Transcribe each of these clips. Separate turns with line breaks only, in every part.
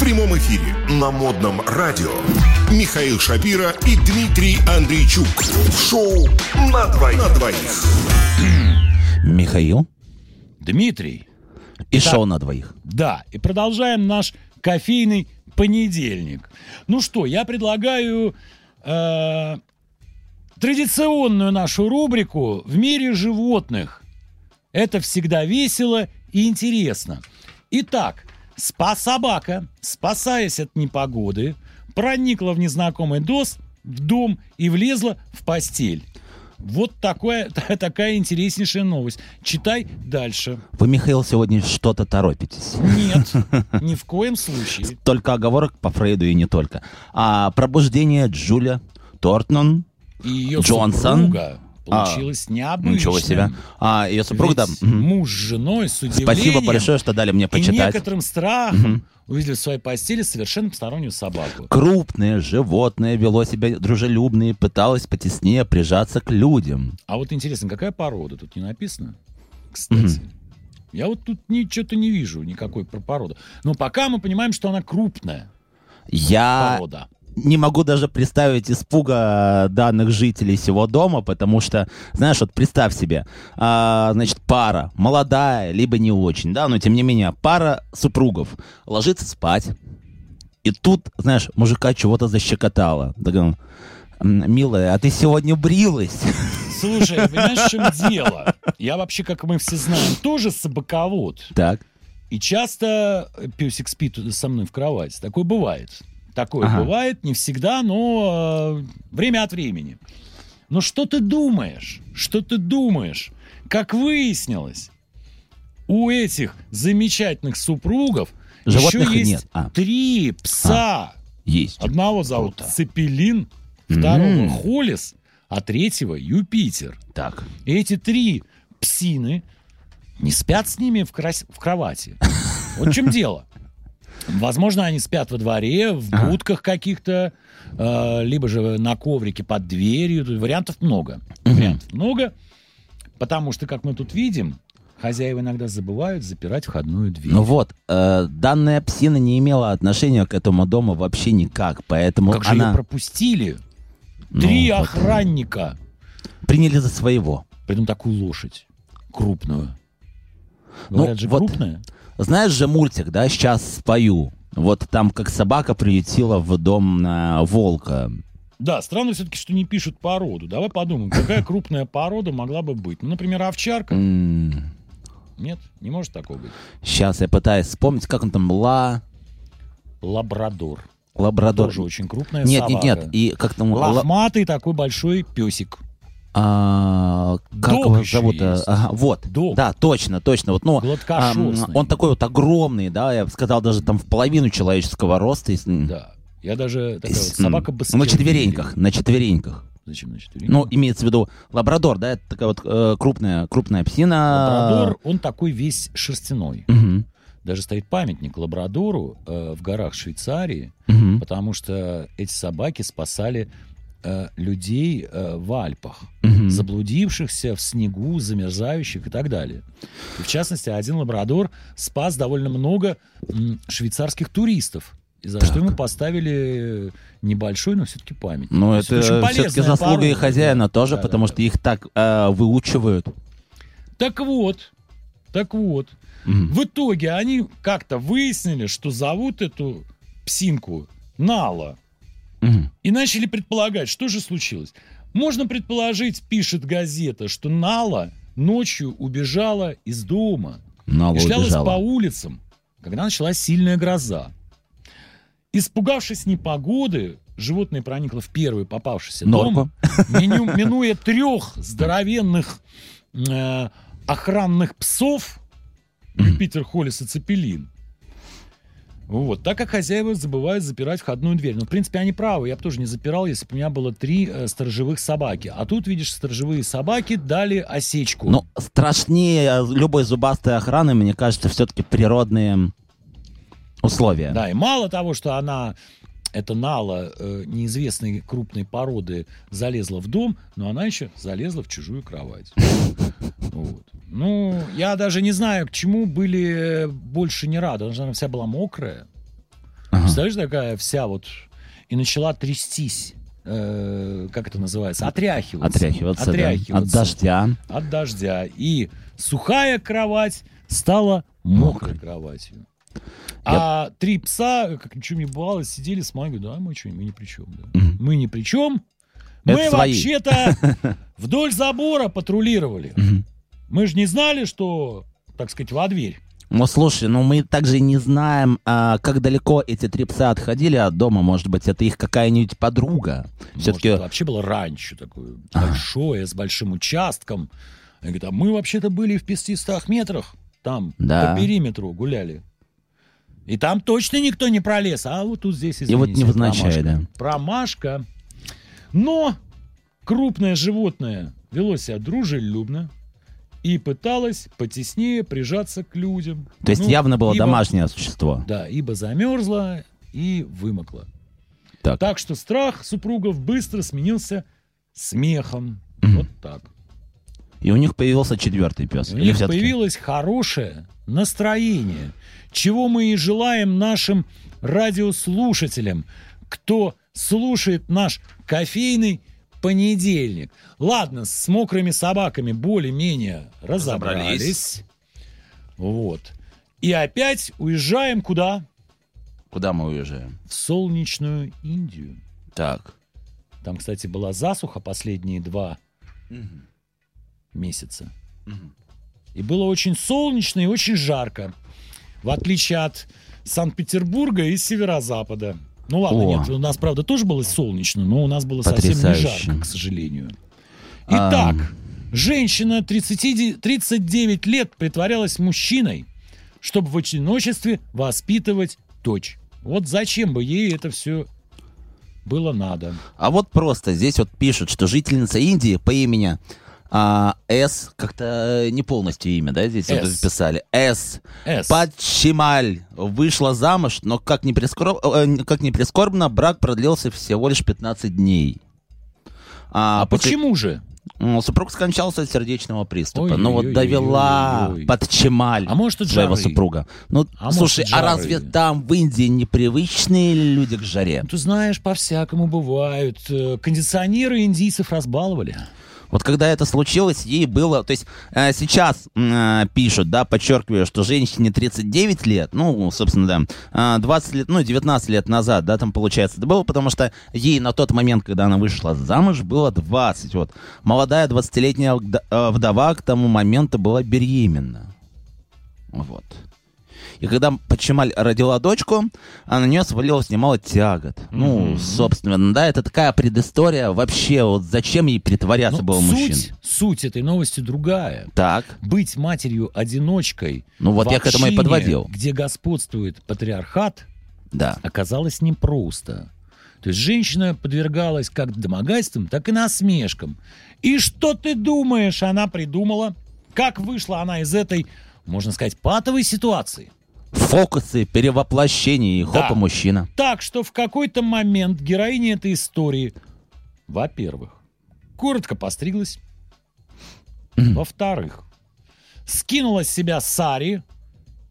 прямом эфире на модном радио Михаил Шапира и Дмитрий Андрейчук. В шоу на двоих. На двоих.
Михаил.
Дмитрий.
И шоу на двоих.
Да, и продолжаем наш кофейный понедельник. Ну что, я предлагаю э, традиционную нашу рубрику «В мире животных». Это всегда весело и интересно. Итак, спа-собака, спасаясь от непогоды, проникла в незнакомый дос, в дом и влезла в постель. Вот такое, такая интереснейшая новость. Читай дальше.
Вы, Михаил, сегодня что-то торопитесь.
Нет, ни в коем случае.
Только оговорок по Фрейду и не только. А пробуждение Джуля Тортнон
И ее
Джонсон. А,
супруга получилось необычным.
ну, Ничего себе. А ее супруг, да.
Ведь
мгм.
Муж с женой с удивлением
Спасибо большое, что дали мне
и
почитать.
некоторым страхом увидели в своей постели совершенно постороннюю собаку.
Крупное животное вело себя дружелюбно и пыталось потеснее прижаться к людям.
А вот интересно, какая порода? Тут не написано, кстати. Я вот тут ничего-то не вижу, никакой про породу. Но пока мы понимаем, что она крупная
Я
порода.
не могу даже представить испуга данных жителей всего дома, потому что, знаешь, вот представь себе, а, значит, пара, молодая, либо не очень, да, но тем не менее, пара супругов ложится спать, и тут, знаешь, мужика чего-то защекотало. Так он, «М, Милая, а ты сегодня брилась?
Слушай, понимаешь, в чем дело? Я вообще, как мы все знаем, тоже собаковод.
Так.
И часто э, песик спит со мной в кровати. Такое бывает. Такое
Ага.
бывает, не всегда, но э, время от времени. Но что ты думаешь? Что ты думаешь? Как выяснилось, у этих замечательных супругов
Животных
еще есть
нет. А.
три пса.
Есть.
Одного зовут
Круто.
Цепелин, второго
М.
Холис, а третьего Юпитер.
Так.
И эти три псины не спят с ними в, крас- в кровати. Вот в чем дело. Возможно, они спят во дворе, в
Ага.
будках каких-то, э, либо же на коврике под дверью. Тут Вариантов много.
Мгм.
Вариантов много. Потому что, как мы тут видим, хозяева иногда забывают запирать входную дверь.
Ну вот, э, данная псина не имела отношения к этому дому вообще никак, поэтому
как же ее
ну, она
пропустили?
ну,
Три а-
вот,
охранника.
приняли за своего.
Притом такую лошадь. Крупную.
Ну,
Говорят же,
вот-
крупная.
Знаешь же мультик, да, сейчас спою. Вот там как собака прилетела в дом э, волка.
Да, странно все-таки, что не пишут породу. Давай подумаем, какая крупная порода могла бы быть. Ну, например, овчарка. Нет, не может такого быть.
Сейчас я пытаюсь вспомнить, как он там, ла...
Лабрадор.
Лабрадор.
Тоже очень крупная
Нет, нет,
собака.
нет. И как там... ла-
Лохматый такой большой песик.
а, как
Дог
его
еще
зовут? А,
есть.
ага, вот.
Дог.
Да, точно, точно. Вот, ну, а, м,
Гладкошерстный.
он такой вот огромный, да, я бы сказал, даже там в половину человеческого роста. если-
Да. Я даже такая вот
С- м,
собака
На четвереньках, на четвереньках.
Зачем на
Ну,
четвереньках?
имеется в виду лабрадор, да, это такая вот э, крупная, крупная псина.
Лабрадор, он такой весь шерстяной.
Мгм,
Даже стоит памятник Лабрадору э, в горах Швейцарии,
мгм,
потому что эти собаки спасали э, людей э, в Альпах.
мгм.
заблудившихся в снегу, замерзающих и так далее. И в частности, один лабрадор спас довольно много м, швейцарских туристов. И за
Так.
что ему поставили небольшой, но все-таки память.
Ну, это все-таки заслуга и хозяина тоже, потому что их так э, выучивают.
Так вот, так вот.
Мгм.
В итоге они как-то выяснили, что зовут эту псинку Нала.
Мгм.
И начали предполагать, что же случилось. Можно предположить, пишет газета, что Нала ночью убежала из дома
Нала
и шлялась по
убежала.
улицам, когда началась сильная гроза. Испугавшись непогоды, животное проникло в первый попавшийся
Норку.
дом, меню- минуя трех здоровенных э, охранных псов, Юпитер, Холлис и Цепелин. Вот, так как хозяева забывают запирать входную дверь. Ну, в принципе, они правы. Я бы тоже не запирал, если бы у меня было три э, сторожевых собаки. А тут, видишь, сторожевые собаки дали осечку.
Но Ну, страшнее а, любой зубастой охраны, мне кажется, все-таки природные условия.
Да, и мало того, что она, эта Нала, э, неизвестной крупной породы, залезла в дом, но она еще залезла в чужую кровать. Вот. Ну, я э, даже не знаю, к чему были больше не рады. Она же, наверное, вся была мокрая. представляешь, такая вся вот и начала трястись. э, как это называется? Отряхиваться.
Отряхиваться, да, от
Отряхиваться
дождя.
от дождя. И сухая кровать стала мокрой кроватью. А три пса, как ничего не бывало, сидели с мамой, говорят, да, мы что, мы ни при чем. да.
Мгм.
Мы ни при чем.
Это
Мы
свои.
вообще-то вдоль забора патрулировали.
Мгм.
Мы же не знали, что, так сказать, во дверь.
Ну, слушай, ну мы также не знаем, а, как далеко эти три пса отходили от дома. Может быть, это их какая-нибудь подруга. Все-таки...
Может, это вообще было раньше такое большое, с большим участком. Они говорят, а мы вообще-то были в 500 метрах, там,
Да.
по периметру гуляли. И там точно никто не пролез, а вот тут здесь, извините,
И вот невзначай,
промашка.
да.
Промашка. Но крупное животное вело себя дружелюбно и пыталось потеснее прижаться к людям.
То есть
Ну,
явно было
ибо-
домашнее существо.
Да, ибо замерзла и вымокла.
Так.
Так что страх супругов быстро сменился смехом.
Мгм.
Вот так.
И у них появился четвертый пес.
У
Или
них
всё-таки?
появилось хорошее настроение, чего мы и желаем нашим радиослушателям, кто слушает наш кофейный понедельник. Ладно, с мокрыми собаками более-менее разобрались. Вот. И опять уезжаем куда?
Куда мы уезжаем?
В солнечную Индию.
Так.
Там, кстати, была засуха последние два месяца. И было очень солнечно и очень жарко. В отличие от Санкт-Петербурга и северо-запада. Ну ладно,
О.
нет, у нас, правда, тоже было солнечно, но у нас было совсем не
Потрясающе.
жарко, к сожалению.
А.
Итак, женщина 30, 39 лет притворялась мужчиной, чтобы в одиночестве воспитывать дочь. Вот зачем бы ей это все было надо?
А вот просто здесь вот пишут, что жительница Индии по имени а, С, как-то э, не полностью имя, да, здесь вот
С.
записали. С.
С.
Падчималь вышла замуж, но как ни, прискор- э, как ни прискорбно, брак продлился всего лишь 15 дней.
А,
после-
почему же?
Ну, Супруг скончался от сердечного приступа. Ну вот
Ой-ой-ой-ой-ой.
довела Падчималь
А может, от
своего
жары.
супруга. Ну,
А
слушай,
может,
а
от жары.
разве там в Индии непривычные люди к жаре?
Ну, Ты знаешь, по-всякому бывают. Э, Кондиционеры индийцев разбаловали.
Вот когда это случилось, ей было... То есть э, сейчас м, э, пишут, да, подчеркиваю, что женщине 39 лет, ну, собственно, да, э, 20 лет, ну, 19 лет назад, да, там, получается, это было, потому что ей на тот момент, когда она вышла замуж, было 20, вот. Молодая 20-летняя вд- э, вдова к тому моменту была беременна. Вот. И когда Почемаль родила дочку, а на нее свалилось немало тягот. Ну,
Мгм.
собственно, да, это такая предыстория вообще. Вот зачем ей притворяться
Но
было мужчин?
Ну, суть, суть этой новости другая.
Так,
Быть матерью-одиночкой
ну вот
в
я к этому и
общине,
подводил.
где господствует патриархат,
Да.
оказалось непросто. То есть женщина подвергалась как домогательствам, так и насмешкам. И что ты думаешь, она придумала? Как вышла она из этой, можно сказать, патовой ситуации?
Фокусы, перевоплощение и хопа
Да.
мужчина.
Так что в какой-то момент героиня этой истории, во-первых, коротко постриглась,
Мгм.
во-вторых, скинула с себя сари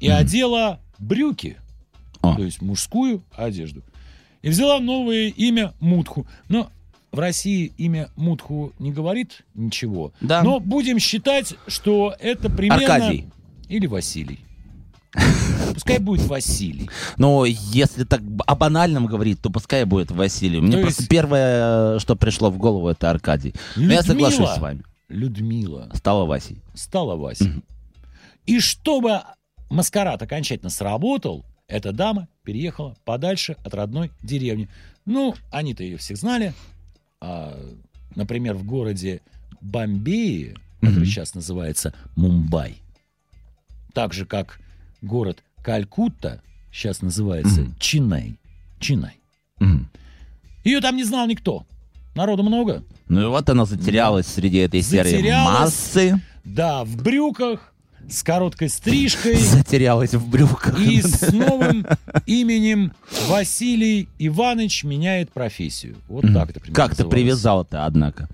и
Мгм.
одела брюки,
О.
то есть мужскую одежду, и взяла новое имя Мутху. Но в России имя Мутху не говорит ничего.
Да.
Но будем считать, что это примерно...
Аркадий.
Или Василий. Пускай будет Василий.
Но если так б- о банальном говорить, то пускай будет Василий. Мне
То
просто
есть-
первое, что пришло в голову, это Аркадий. Но Ну, я соглашусь
Людмила.
с вами.
Людмила.
Стало Васей.
стала Вася. И чтобы маскарад окончательно сработал, эта дама переехала подальше от родной деревни. Ну, они-то ее всех знали. А, например, в городе Бомбее, который
Мгм.
сейчас называется Мумбай, так же как город Калькутта сейчас называется
Мгм.
Чинай. Чинай.
Мгм.
Ее там не знал никто. Народу много.
Ну и вот она затерялась среди этой серии
Затерялась.
массы.
Да, в брюках, с короткой стрижкой.
Затерялась в брюках.
И с новым именем Василий Иванович меняет профессию. Вот
Мгм.
так это примерно
Как ты
называлось.
привязал-то, однако.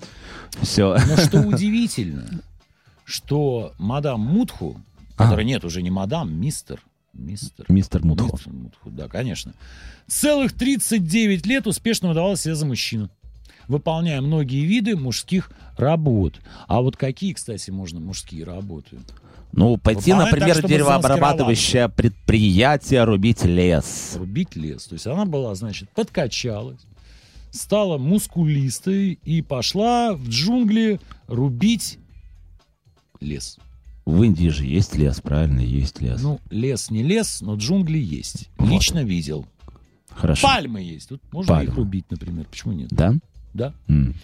Все.
Но что
А.
удивительно, что мадам Мутху, которой нет уже не мадам, мистер, Мистер.
Мистер Мудхо.
Мистер Мудхо, Да, конечно. Целых 39 лет успешно выдавал себя за мужчину, выполняя многие виды мужских работ. А вот какие, кстати, можно мужские работы?
Ну, пойти,
Бывает так,
например,
чтобы
деревообрабатывающее предприятие, рубить лес.
Рубить лес. То есть она была, значит, подкачалась, стала мускулистой и пошла в джунгли рубить лес.
В Индии же есть лес, правильно, есть лес.
Ну, лес не лес, но джунгли есть.
Вот.
Лично видел.
Хорошо.
Пальмы есть. Тут можно
Пальмы.
их рубить, например. Почему нет?
Да?
Да.
М.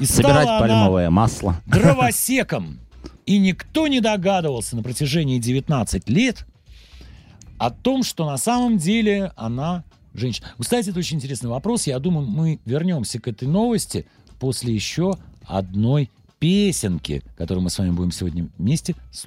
И
Собирать
стала она
пальмовое масло.
дровосеком. И никто не догадывался на протяжении 19 лет о том, что на самом деле она женщина. Кстати, это очень интересный вопрос. Я думаю, мы вернемся к этой новости после еще одной песенки, которую мы с вами будем сегодня вместе